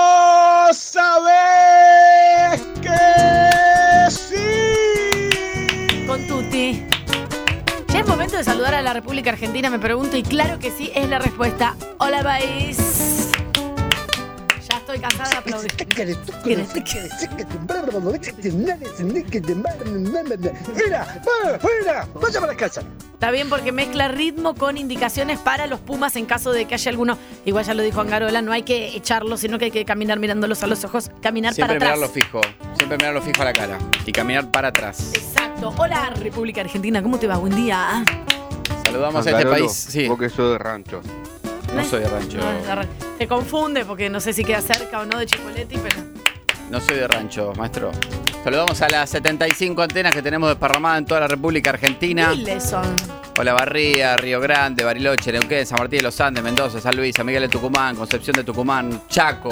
¡Vos sabés que sí! Con Tuti. Ya es momento de saludar a la República Argentina, me pregunto, y claro que sí es la respuesta. Hola, país. Ya estoy cansada de aplaudir. Fuera, fuera, fuera, vaya para casa. Está bien porque mezcla ritmo con indicaciones para los Pumas en caso de que haya alguno. Igual ya lo dijo Angarola, no hay que echarlos, sino que hay que caminar mirándolos a los ojos, caminar Siempre para mirarlo atrás. fijo. Siempre mirarlo fijo a la cara. Y caminar para atrás. Exacto. Hola, República Argentina, ¿cómo te va? Buen día. Saludamos a este Angarolo, país. Sí. Vos que sos de rancho. No soy de rancho. ¿Eh? No, es de rancho. Te confunde porque no sé si queda cerca o no de Chipoletti, pero. No soy de rancho, maestro. Saludamos a las 75 antenas que tenemos desparramadas en toda la República Argentina. Miles son. Hola Barría, Río Grande, Bariloche, Neuquén, San Martín de los Andes, Mendoza, San Luis, San Miguel de Tucumán, Concepción de Tucumán, Chaco.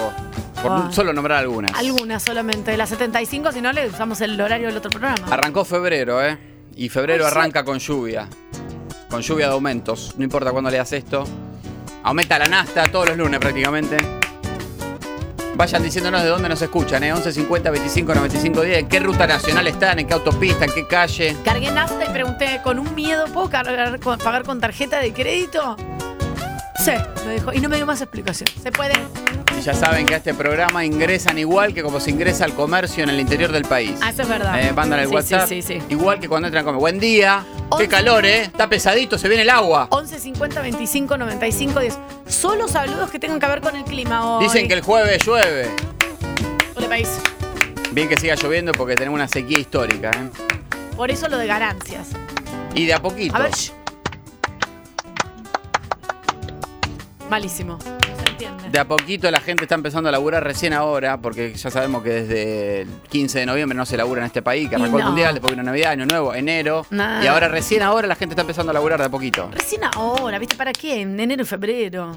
Por Ah. solo nombrar algunas. Algunas solamente, de las 75, si no le usamos el horario del otro programa. Arrancó febrero, ¿eh? Y febrero Ay, sí. arranca con lluvia. Con lluvia de aumentos. No importa cuándo leas esto. Aumenta la nasta todos los lunes prácticamente. Vayan diciéndonos de dónde nos escuchan, ¿eh? 11 50 25 95 10. ¿En qué ruta nacional están? ¿En qué autopista? ¿En qué calle? Cargué nafta y pregunté, ¿con un miedo puedo cargar, con- pagar con tarjeta de crédito? Sí, me dijo. Y no me dio más explicación. Se puede. Y ya saben que a este programa ingresan igual que como se ingresa al comercio en el interior del país. Ah, eso es verdad. Eh, mandan el Sí, WhatsApp. Sí, sí, sí. Igual que cuando entran a comer. Buen día. Once- Qué calor, ¿eh? Está pesadito, se viene el agua. 11 50 25 95 10. Solo saludos que tengan que ver con el clima hoy. Dicen que el jueves llueve. Hola, país. Bien que siga lloviendo porque tenemos una sequía histórica, ¿eh? Por eso lo de ganancias. Y de a poquito. A ver. shh. Malísimo. No se entiende. De a poquito la gente está empezando a laburar recién ahora, porque ya sabemos que desde el 15 de noviembre no se labura en este país, que Y arrancó el no. mundial, después vino Navidad, Año Nuevo, enero. Nada. Y ahora recién ahora la gente está empezando a laburar de a poquito. Recién ahora, ¿viste? ¿Para qué? En enero y febrero.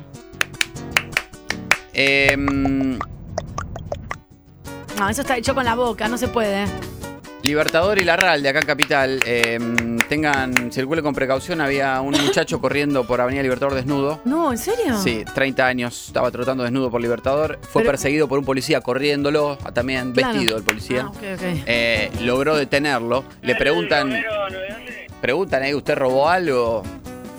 Eh, No, eso está hecho con la boca, no se puede. Libertador y Larral de acá en Capital, eh, tengan, circule con precaución, había un muchacho corriendo por Avenida Libertador desnudo. No, ¿en serio? Sí, 30 años, estaba trotando desnudo por Libertador, fue Pero- perseguido por un policía corriéndolo, también Claro. vestido el policía. Ah, ok, ok. Eh, logró detenerlo. Le preguntan, preguntan, ¿eh? ¿usted robó algo?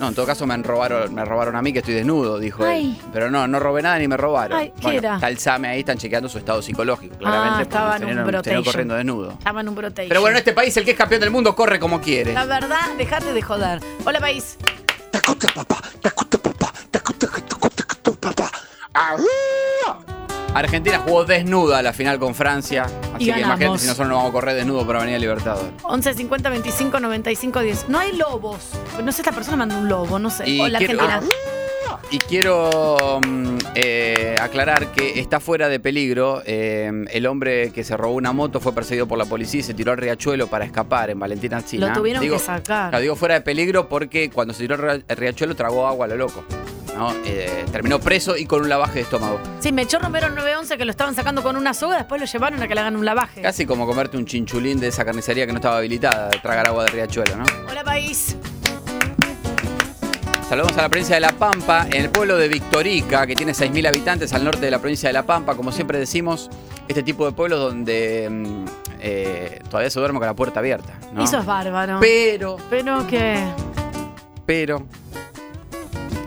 No, en todo caso me robaron, me robaron a mí que estoy desnudo, dijo Ay. él. Pero no, no robé nada ni me robaron. Ay, ¿qué bueno, era? Ah, está el SAME ahí, están chequeando su estado psicológico, claramente. porque estaba en tenían- un tenían brotation. corriendo desnudo. Estaba en un brote. Pero bueno, en este país el que es campeón del mundo corre como quiere. La verdad, dejate de joder. Hola, país. Tacuta papá, tacuta papá, tacuta tacuta tacuta papá. ¡Arriba! Argentina jugó desnuda la final con Francia. Así Y que ganamos. imagínate si nosotros no vamos a correr desnudo para venir a Libertador. 11 50 25 95 10. No hay lobos. No sé, esta persona mandó un lobo, no sé. Y Hola, quiero- Ah, Argentina. Y quiero mm, eh, aclarar que está fuera de peligro. Eh, el hombre que se robó una moto fue perseguido por la policía y se tiró al riachuelo para escapar en Valentina China. Lo tuvieron digo, que sacar. claro, digo fuera de peligro porque cuando se tiró al ria- al riachuelo tragó agua a lo loco. ¿no? Eh, terminó preso y con un lavaje de estómago. Sí, me echó Romero 911 que lo estaban sacando con una soga, después lo llevaron a que le hagan un lavaje. Casi como comerte un chinchulín de esa carnicería que no estaba habilitada, de tragar agua de riachuelo, ¿no? Hola, país. Saludamos a la provincia de La Pampa, en el pueblo de Victorica, que tiene 6.000 habitantes al norte de la provincia de La Pampa. Como siempre decimos, este tipo de pueblos donde mm, eh, todavía se duerme con la puerta abierta. ¿no? Eso es bárbaro. Pero, Pero que. pero,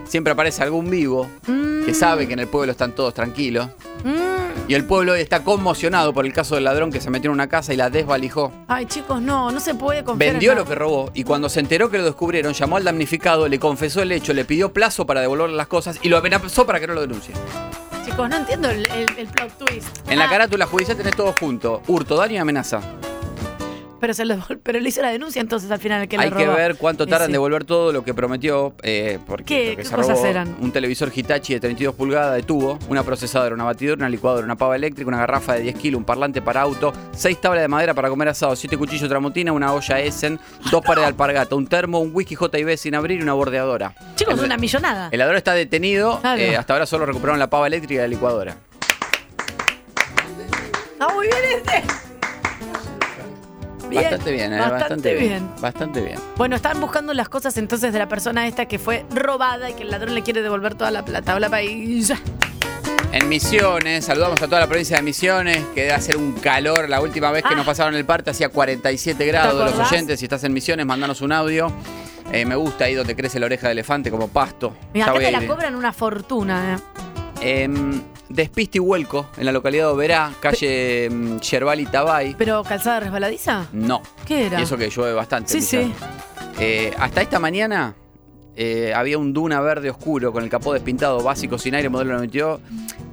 siempre aparece algún vivo Mm, que sabe que en el pueblo están todos tranquilos. mm. Y el pueblo hoy está conmocionado por el caso del ladrón que se metió en una casa y la desvalijó. Ay, chicos, no, no se puede confiar. en Vendió nada. lo que robó y cuando se enteró que lo descubrieron, llamó al damnificado, le confesó el hecho, le pidió plazo para devolverle las cosas y lo amenazó para que no lo denuncie. Chicos, no entiendo el, el- el plot twist. En la Ah, carátula judicial tenés todo junto. Hurto, daño y amenaza. Pero, se lo- pero le hizo la denuncia entonces al final el que le Hay que robó. ver cuánto Y tardan en sí. devolver todo lo que prometió. eh, porque ¿Qué- lo que qué se cosas robó, eran? Un televisor Hitachi de 32 pulgadas de tubo, una procesadora, una batidora, una licuadora, una pava eléctrica, una garrafa de 10 kilos, un parlante para auto, seis tablas de madera para comer asado, siete cuchillos tramontina, una olla Essen, dos pares de alpargata, un termo, un whisky JB sin abrir y una bordeadora. Chicos, el, una millonada. el ladrón está detenido. Claro. eh, hasta ahora solo recuperaron la pava eléctrica y la licuadora. Está Ah, muy bien este. Bien, bastante bien, eh, bastante bien. Bastante bien. Bueno, están buscando las cosas entonces de la persona esta que fue robada y que el ladrón le quiere devolver toda la plata. Hola, país. En En Misiones, saludamos a toda la provincia de Misiones, que debe hacer un calor. La última vez que Ah. nos pasaron el parte hacía 47 grados. Los acordás? oyentes, si estás en Misiones, mandanos un audio. Eh, me gusta ahí donde crece la oreja de elefante como pasto. Mira, Ya acá voy te a la ir. cobran una fortuna. eh. Em, Despiste y Huelco, en la localidad de Oberá, calle em, Yerbal y Tabay. ¿Pero calzada resbaladiza? No. ¿Qué era? Y eso que llueve bastante. Sí, quizás. sí. Eh, hasta esta mañana eh, había un duna verde oscuro con el capó despintado básico sin aire modelo 92.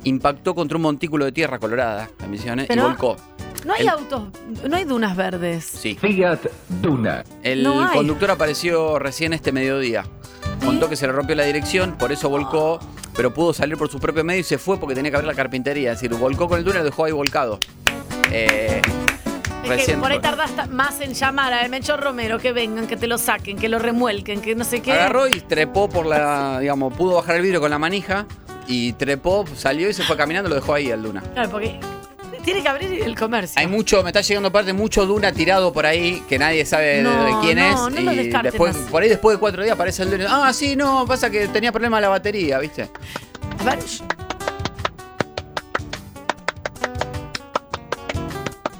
Impactó contra un montículo de tierra colorada en Misiones Pero- y volcó. No hay El- autos, no hay dunas verdes. Sí. Fiat Duna. El No hay. ¿Eh? conductor apareció recién este mediodía. Contó ¿Sí? que se le rompió la dirección, por eso volcó, pero pudo salir por su propio medio y se fue porque tenía que abrir la carpintería. Es decir, volcó con el duna y lo dejó ahí volcado. Eh, Es recién que por ahí fue. tardaste más en llamar a Melchor Romero, que vengan, que te lo saquen, que lo remuelquen, que no sé qué. Agarró y trepó por la, digamos, pudo bajar el vidrio con la manija y trepó, salió y se fue caminando, lo dejó ahí al duna. Claro, porque tiene que abrir el comercio. Hay mucho, me está llegando parte, mucho duna tirado por ahí que nadie sabe de- de, No, quién no, es. no lo y descarten después, así. por ahí después de cuatro días aparece el duna. Ah, sí, no, pasa que tenía problema la batería, ¿viste? A ver,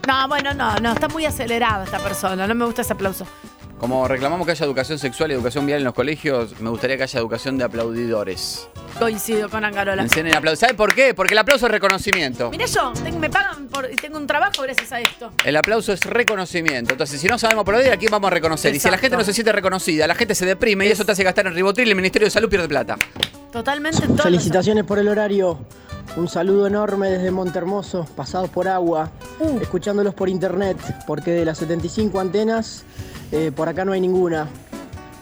No, bueno, no, no, está muy acelerada esta persona, no me gusta ese aplauso. Como reclamamos que haya educación sexual y educación vial en los colegios, me gustaría que haya educación de aplaudidores. Coincido con Angarola. Encienden el aplauso. ¿Sabes por qué? Porque el aplauso es reconocimiento. Mirá yo, tengo- me pagan por, tengo un trabajo gracias a esto. El aplauso es reconocimiento. Entonces, si no sabemos aplaudir, ¿a quién vamos a reconocer? Y si la Exacto. gente no se siente reconocida, la gente se deprime y eso te hace gastar en ribotril y el Ministerio de Salud pierde plata. Totalmente en todo. Felicitaciones por el horario. Un saludo enorme desde Montermoso, pasados por agua, Uh. escuchándolos por internet, porque de las 75 antenas, eh, por acá no hay ninguna.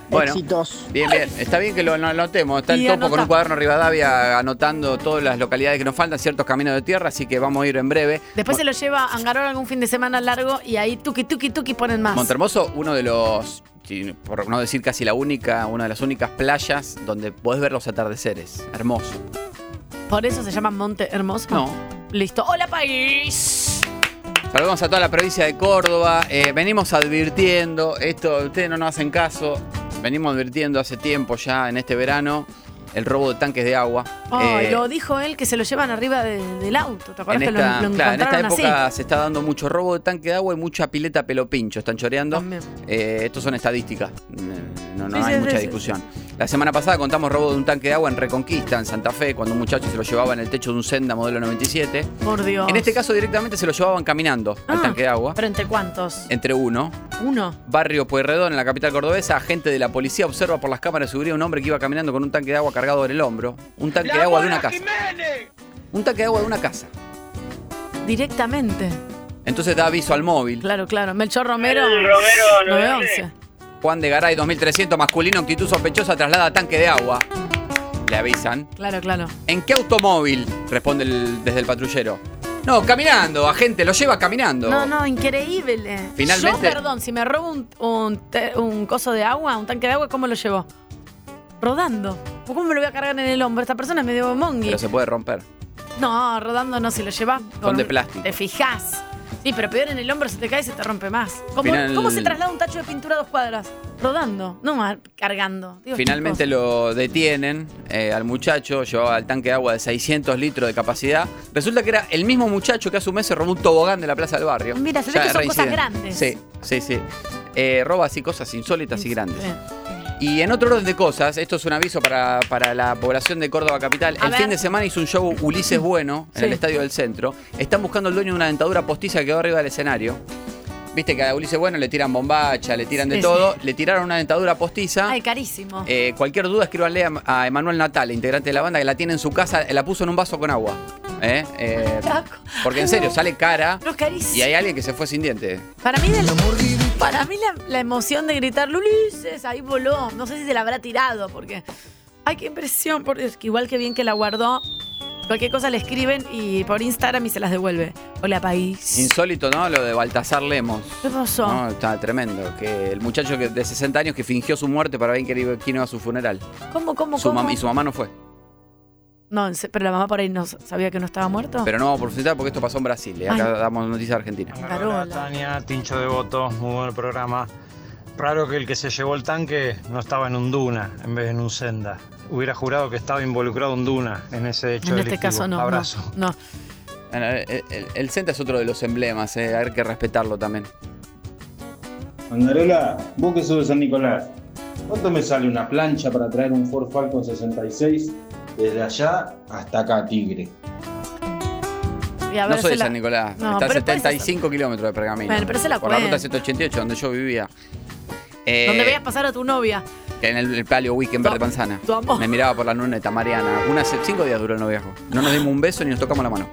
Bueno. Éxitos. Bien, bien. Está bien que lo lo anotemos. Está el Y topo anota. con un cuaderno Rivadavia anotando todas las localidades que nos faltan, ciertos caminos de tierra, así que vamos a ir en breve. Después se lo lleva a Angarola algún fin de semana largo y ahí tuki tuki tuki ponen más. Montermoso, uno de los, si- por no decir casi la única, una de las únicas playas donde podés ver los atardeceres. Hermoso. Por eso se llama Monte Hermoso. No. Listo. Hola país. Saludamos a toda la provincia de Córdoba. Eh, venimos advirtiendo, esto ustedes no nos hacen caso, venimos advirtiendo hace tiempo ya en este verano el robo de tanques de agua. Ay, Eh, lo dijo él que se lo llevan arriba de- del auto. ¿Te acuerdas en que lo- esta, lo, claro, en esta encontraron época así? se está dando mucho robo de tanque de agua y mucha pileta pelo pincho. Están choreando. También. Eh, estos son estadísticas. Mm, No, no Sí, hay sí, mucha sí, sí. discusión. La semana pasada contamos robo de un tanque de agua en Reconquista, en Santa Fe, cuando un muchacho se lo llevaba en el techo de un senda modelo 97. Por Dios. En este caso directamente se lo llevaban caminando al Ah, tanque de agua. ¿Pero entre cuántos? Entre uno, Uno. barrio Pueyrredón, en la capital cordobesa, agente de la policía observa por las cámaras de seguridad a un hombre que iba caminando con un tanque de agua cargado en el hombro. Un tanque de agua de una casa. Un tanque de agua de una casa. Directamente. Entonces da aviso al móvil. Claro, claro. Melchor Romero. Romero, 911. Juan de Garay, 2300, masculino, actitud sospechosa, traslada tanque de agua. Le avisan. Claro, claro. ¿En qué automóvil? Responde el- desde el patrullero. No, caminando, agente, lo lleva caminando. No, no, increíble. Finalmente- Yo, perdón, si me robo un, un te- un coso de agua, un tanque de agua, ¿cómo lo llevo? Rodando. ¿Cómo me lo voy a cargar en el hombro? Esta persona es medio mongi. Pero se puede romper. No, rodando no, si lo llevas. con- de plástico. Te fijás. Sí, pero peor en el hombro se te cae y se te rompe más. ¿Cómo, Final- cómo se traslada un tacho de pintura a dos cuadras? Rodando, no ma- cargando. Digo, Finalmente chicos. lo detienen eh, al muchacho, llevaba el tanque de agua de 600 litros de capacidad. Resulta que era el mismo muchacho que hace un mes se robó un tobogán de la plaza del barrio. Mira, se ve que son reincidente. cosas grandes. Sí, sí, sí. Eh, roba así cosas insólitas y grandes. Eh, Y en otro orden de cosas, esto es un aviso para, para la población de Córdoba Capital. A el ver. fin de semana hizo un show Ulises Bueno en Sí. el Estadio del Centro. Están buscando al dueño de una dentadura postiza que quedó arriba del escenario. Viste que a Ulises Bueno le tiran bombacha, le tiran de Sí, todo. Le tiraron una dentadura postiza. Ay, carísimo. Ah. Eh, cualquier duda escríbanle a- a Emanuel Natal, integrante de la banda, que la tiene en su casa, la puso en un vaso con agua. ¿Eh? Eh, Taco. porque en serio, No. sale cara No, es carísimo. y hay alguien que se fue sin diente. Para mí, del- para mí la, la emoción de gritar Ulises, ahí voló. No sé si se la habrá tirado, porque. Ay, qué impresión, por Dios. que Igual que bien que la guardó. Cualquier cosa le escriben y por Instagram y se las devuelve. Hola, país. Insólito, ¿no? Lo de Baltasar Lemos. ¿Qué pasó? No, está tremendo. Que el muchacho que, de 60 años que fingió su muerte para ver quién iba- quién iba a su funeral. ¿Cómo, cómo, Su cómo? mam- y su mamá no fue. No, en se- pero la mamá por ahí no s- sabía que no estaba muerto. Pero no vamos a profundizar porque esto pasó en Brasil. Y acá Ay. damos noticias argentinas. Carola. Hola, Tania, Tincho de Voto, muy buen programa. Raro que el que se llevó el tanque no estaba en un duna en vez de en un senda. hubiera jurado que estaba involucrado un Duna en ese hecho en este delictivo. caso no. no, Abrazo. No, Bueno, el, el- el Centa es otro de los emblemas, eh, hay que respetarlo también. Mandarola, vos que sos de San Nicolás, ¿cuánto me sale una plancha para traer un Ford Falcon 66 desde allá hasta acá, a Tigre? Y a No ver, se soy de la- San Nicolás, No, está a pero después 75 kilómetros de Pergamino. Bueno, pero se la por la cuenta. ruta 188, donde yo vivía. Eh, Donde veías pasar a tu novia. En el, el palio weekend Tu- verde panzana. tu amor. Me miraba por la luneta Mariana. Unas cinco días duró el noviazgo. No nos dimos un beso ni nos tocamos la mano.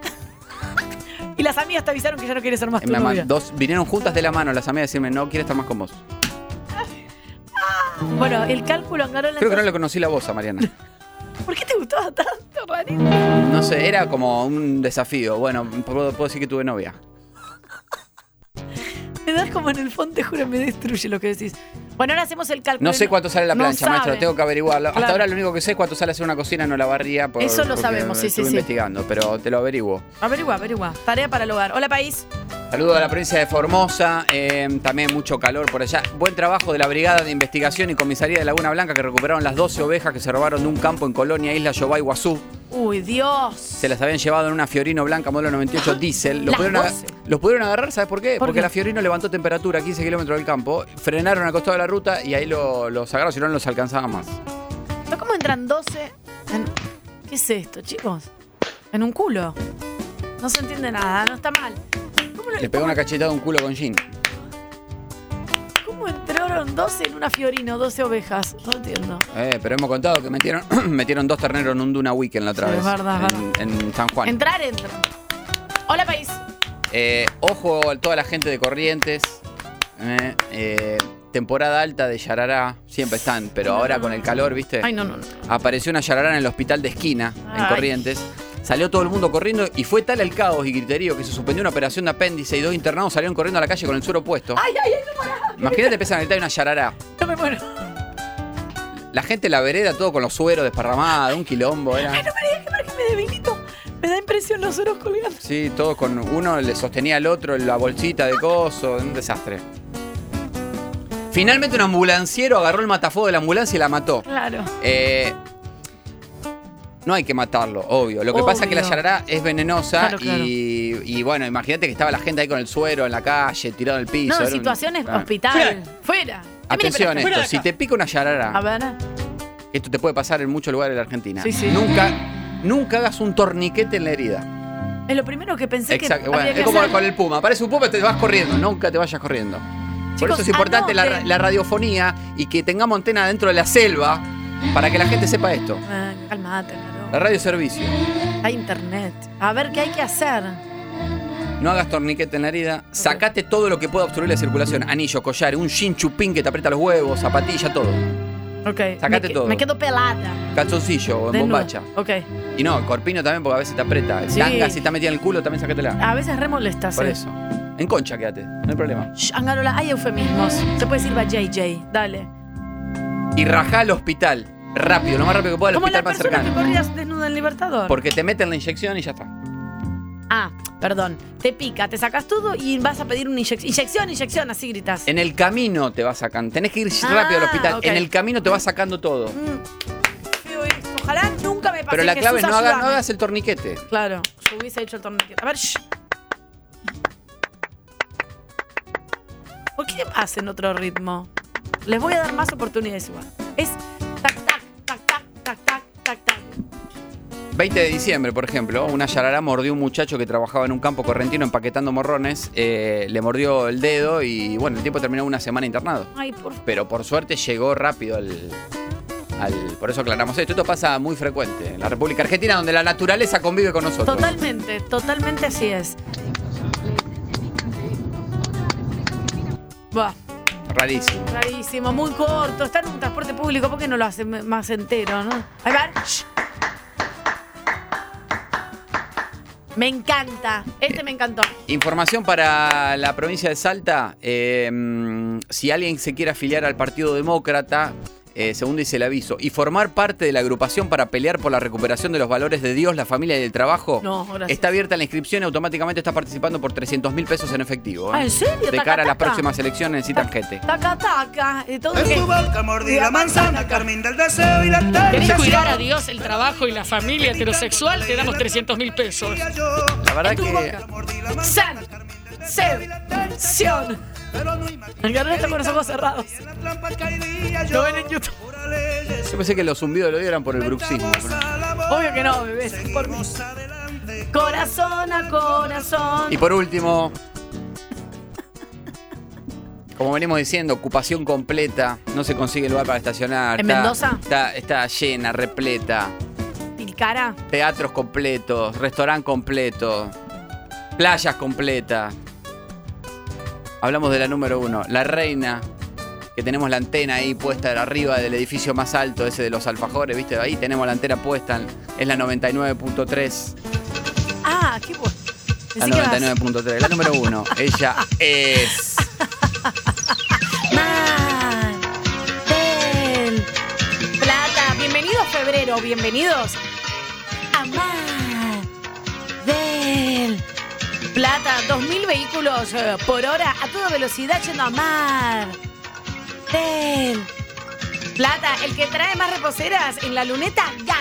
Y las amigas te avisaron que ya no quieres ser más Eh, tu me ama- novia. dos, vinieron juntas de la mano las amigas a decirme, no quiero estar más con vos. Bueno, el cálculo Angarola. Creo que no entonces- le conocí la voz a Mariana. ¿Por qué te gustaba tanto, Rani? No sé, era como un desafío. Bueno, puedo, puedo decir que tuve novia. Me das como en el fondo, te juro, me destruye lo que decís. Bueno, ahora hacemos el cálculo. No sé cuánto sale la no plancha, sabe. maestro, tengo que averiguarlo. Hasta Claro. ahora lo único que sé es cuánto sale hacer una cocina, no la barría. por- Eso lo porque sabemos, sí, sí, estuve sí. investigando, pero te lo averiguo. Averigua, averigua. Tarea para el hogar. Hola, país. Saludo a la provincia de Formosa, eh, también mucho calor por allá. Buen trabajo de la Brigada de Investigación y Comisaría de Laguna Blanca que recuperaron las 12 ovejas que se robaron de un campo en Colonia Isla Yobá Iguazú. Uy, Dios. Se las habían llevado en una Fiorino blanca modelo 98 diésel. Los, Las pudieron aga- 12. los pudieron agarrar, ¿sabes por qué? ¿Por Porque qué? la Fiorino levantó temperatura a 15 kilómetros del campo, frenaron al costado de la ruta y ahí lo- los agarraron, si no no los alcanzaban más. ¿No cómo entran 12? en- ¿Qué es esto, chicos? En un culo. No se entiende nada, no está mal. ¿Cómo, no- Le pegó una cachetada a un culo con jean. cómo entraron 12 en una Fiorino, 12 ovejas? No entiendo. Eh, pero hemos contado que metieron, metieron dos terneros en un Duna Weekend la otra Sí, vez. es verdad, es en, en San Juan. Entrar, entran. Hola, país. Eh, ojo a toda la gente de Corrientes. eh, eh, temporada alta de Yarará. Siempre están, pero ahora con el calor, ¿viste? Ay, no, no, no. Apareció una Yarará en el hospital de esquina, en Ay. Corrientes. Salió todo el mundo corriendo y fue tal el caos y griterío que se suspendió una operación de apéndice y dos internados salieron corriendo a la calle con el suero puesto. Ay, ay, ay, no pará. Imagínate, empiezan a gritar una Yarará. No me muero. La gente en la vereda, todo con los sueros desparramados, un quilombo. Era... Ay, no me digas que para que me debilito. Me da impresión los oros colgando. Sí, todos con uno le sostenía al otro la bolsita de coso, un desastre. Finalmente un ambulanciero agarró el matafuego de la ambulancia y la mató. Claro. Eh, no hay que matarlo, obvio. Lo que pasa es que la Obvio. yarará es venenosa Claro, claro. Y, y bueno, imagínate que estaba la gente ahí con el suero en la calle, tirado en el piso. No, era un- situaciones Ah. hospital. Fuera. Atención Fuera esto, de si acá. te pica una yarará, A ver. esto te puede pasar en muchos lugares de la Argentina. Sí, sí. Nunca, nunca hagas un torniquete en la herida. Es lo primero que pensé que Exacto, bueno, había es que como hacer. con el puma. Aparece un puma y te vas corriendo. Nunca te vayas corriendo. Por Chicos, eso es importante la, ra- anoten. la radiofonía y que tengamos antena dentro de la selva para que la gente sepa esto. Ah, calmate, claro. La radio es servicio. Hay internet. A ver qué hay que hacer. No hagas torniquete en la herida. Sacate todo lo que pueda obstruir la circulación. Anillo, collar, un chin chupín que te aprieta los huevos, zapatilla, todo. Ok. Sacate me que- todo. Me quedo pelada. Calzoncillo o en desnuda. bombacha. Ok. Y no, corpino también porque a veces te aprieta. Sí. Tanga, si está metida en el culo, también sacatela. A veces re molestas. Por eh. eso. En concha quédate, no hay problema. Shh, Angarola, hay eufemismos. Se puede decir va JJ. Dale. Y rajá al hospital. Rápido, lo más rápido que pueda al Como hospital la más persona cercano. que corrías desnuda en Libertador. Porque te meten la inyección y ya está. Ah, perdón. Te pica, te sacas todo y vas a pedir una inyec- inyección. Inyección, así gritas. En el camino te va sacando. Tenés que ir Ah, rápido al hospital. ok. En el camino te va sacando todo. Mm, feo esto. Ojalá nunca me pase. Pero la Jesús, clave es no hagas, ayúdame. no hagas el torniquete. Claro, yo hubiese hecho el torniquete. A ver, shh. ¿Por qué hacen otro ritmo? Les voy a dar más oportunidades igual. Es tac, tac, tac, tac, tac, tac, tac, tac. 20 de diciembre, por ejemplo, una yarará mordió a un muchacho que trabajaba en un campo correntino empaquetando morrones. eh, le mordió el dedo y, bueno, el tiempo terminó una semana internado. Ay, por favor. Pero por suerte llegó rápido al. al- por eso aclaramos esto. Esto pasa muy frecuente en la República Argentina, donde la naturaleza convive con nosotros. Totalmente, totalmente así es. Buah, Rarísimo. rarísimo, muy corto. Está en un transporte público, ¿por qué no lo hacen más entero, no? A ver, shh. Me encanta. Este me encantó. Información para la provincia de Salta. Eh, si alguien se quiere afiliar al Partido Demócrata, Eh, según dice el aviso, y formar parte de la agrupación para pelear por la recuperación de los valores de Dios, la familia y el trabajo, No, gracias. está abierta la inscripción y automáticamente está participando por 300 mil pesos en efectivo. ¿eh? Ah, ¿en serio? De Taca, cara a las taca. próximas elecciones necesitan gente. Taca, taca. Y todo En que- tu boca mordí la manzana, Carmen del deseo y la ¿Querés cuidar a tentación. Dios, el trabajo y la familia heterosexual? Te damos 300 mil pesos. La verdad En tu que boca. Mordí la Sal, manzana, Carmen del deseo y la Selección. Pero no imaginé El garrón está con los ojos cerrados. que en la trampa caería yo. Lo ven en YouTube. Por leyes, yo pensé que los zumbidos de odio eran por el bruxismo. vamos al amor, Obvio que no, bebé. es Por mí. seguimos adelante. Corazón a corazón. Y por último, como venimos diciendo, ocupación completa, no se consigue lugar para estacionar. ¿En está- Mendoza? Está, está llena, repleta, Tilcara. teatros completos, restaurante completo, playas completas. Hablamos de la número uno, la reina, que tenemos la antena ahí puesta arriba del edificio más alto, ese de los alfajores, ¿viste? Ahí tenemos la antena puesta, es la 99.3. Ah, qué bueno. La Pensé que ibas- 99.3, la número uno. Ella es. Man, Tel, Plata. Bienvenidos, febrero. Bienvenidos a Man, Del, Plata. 2.000 vehículos eh, por hora a toda velocidad yendo a Mar, Del, Plata. El que trae más reposeras en la luneta gana.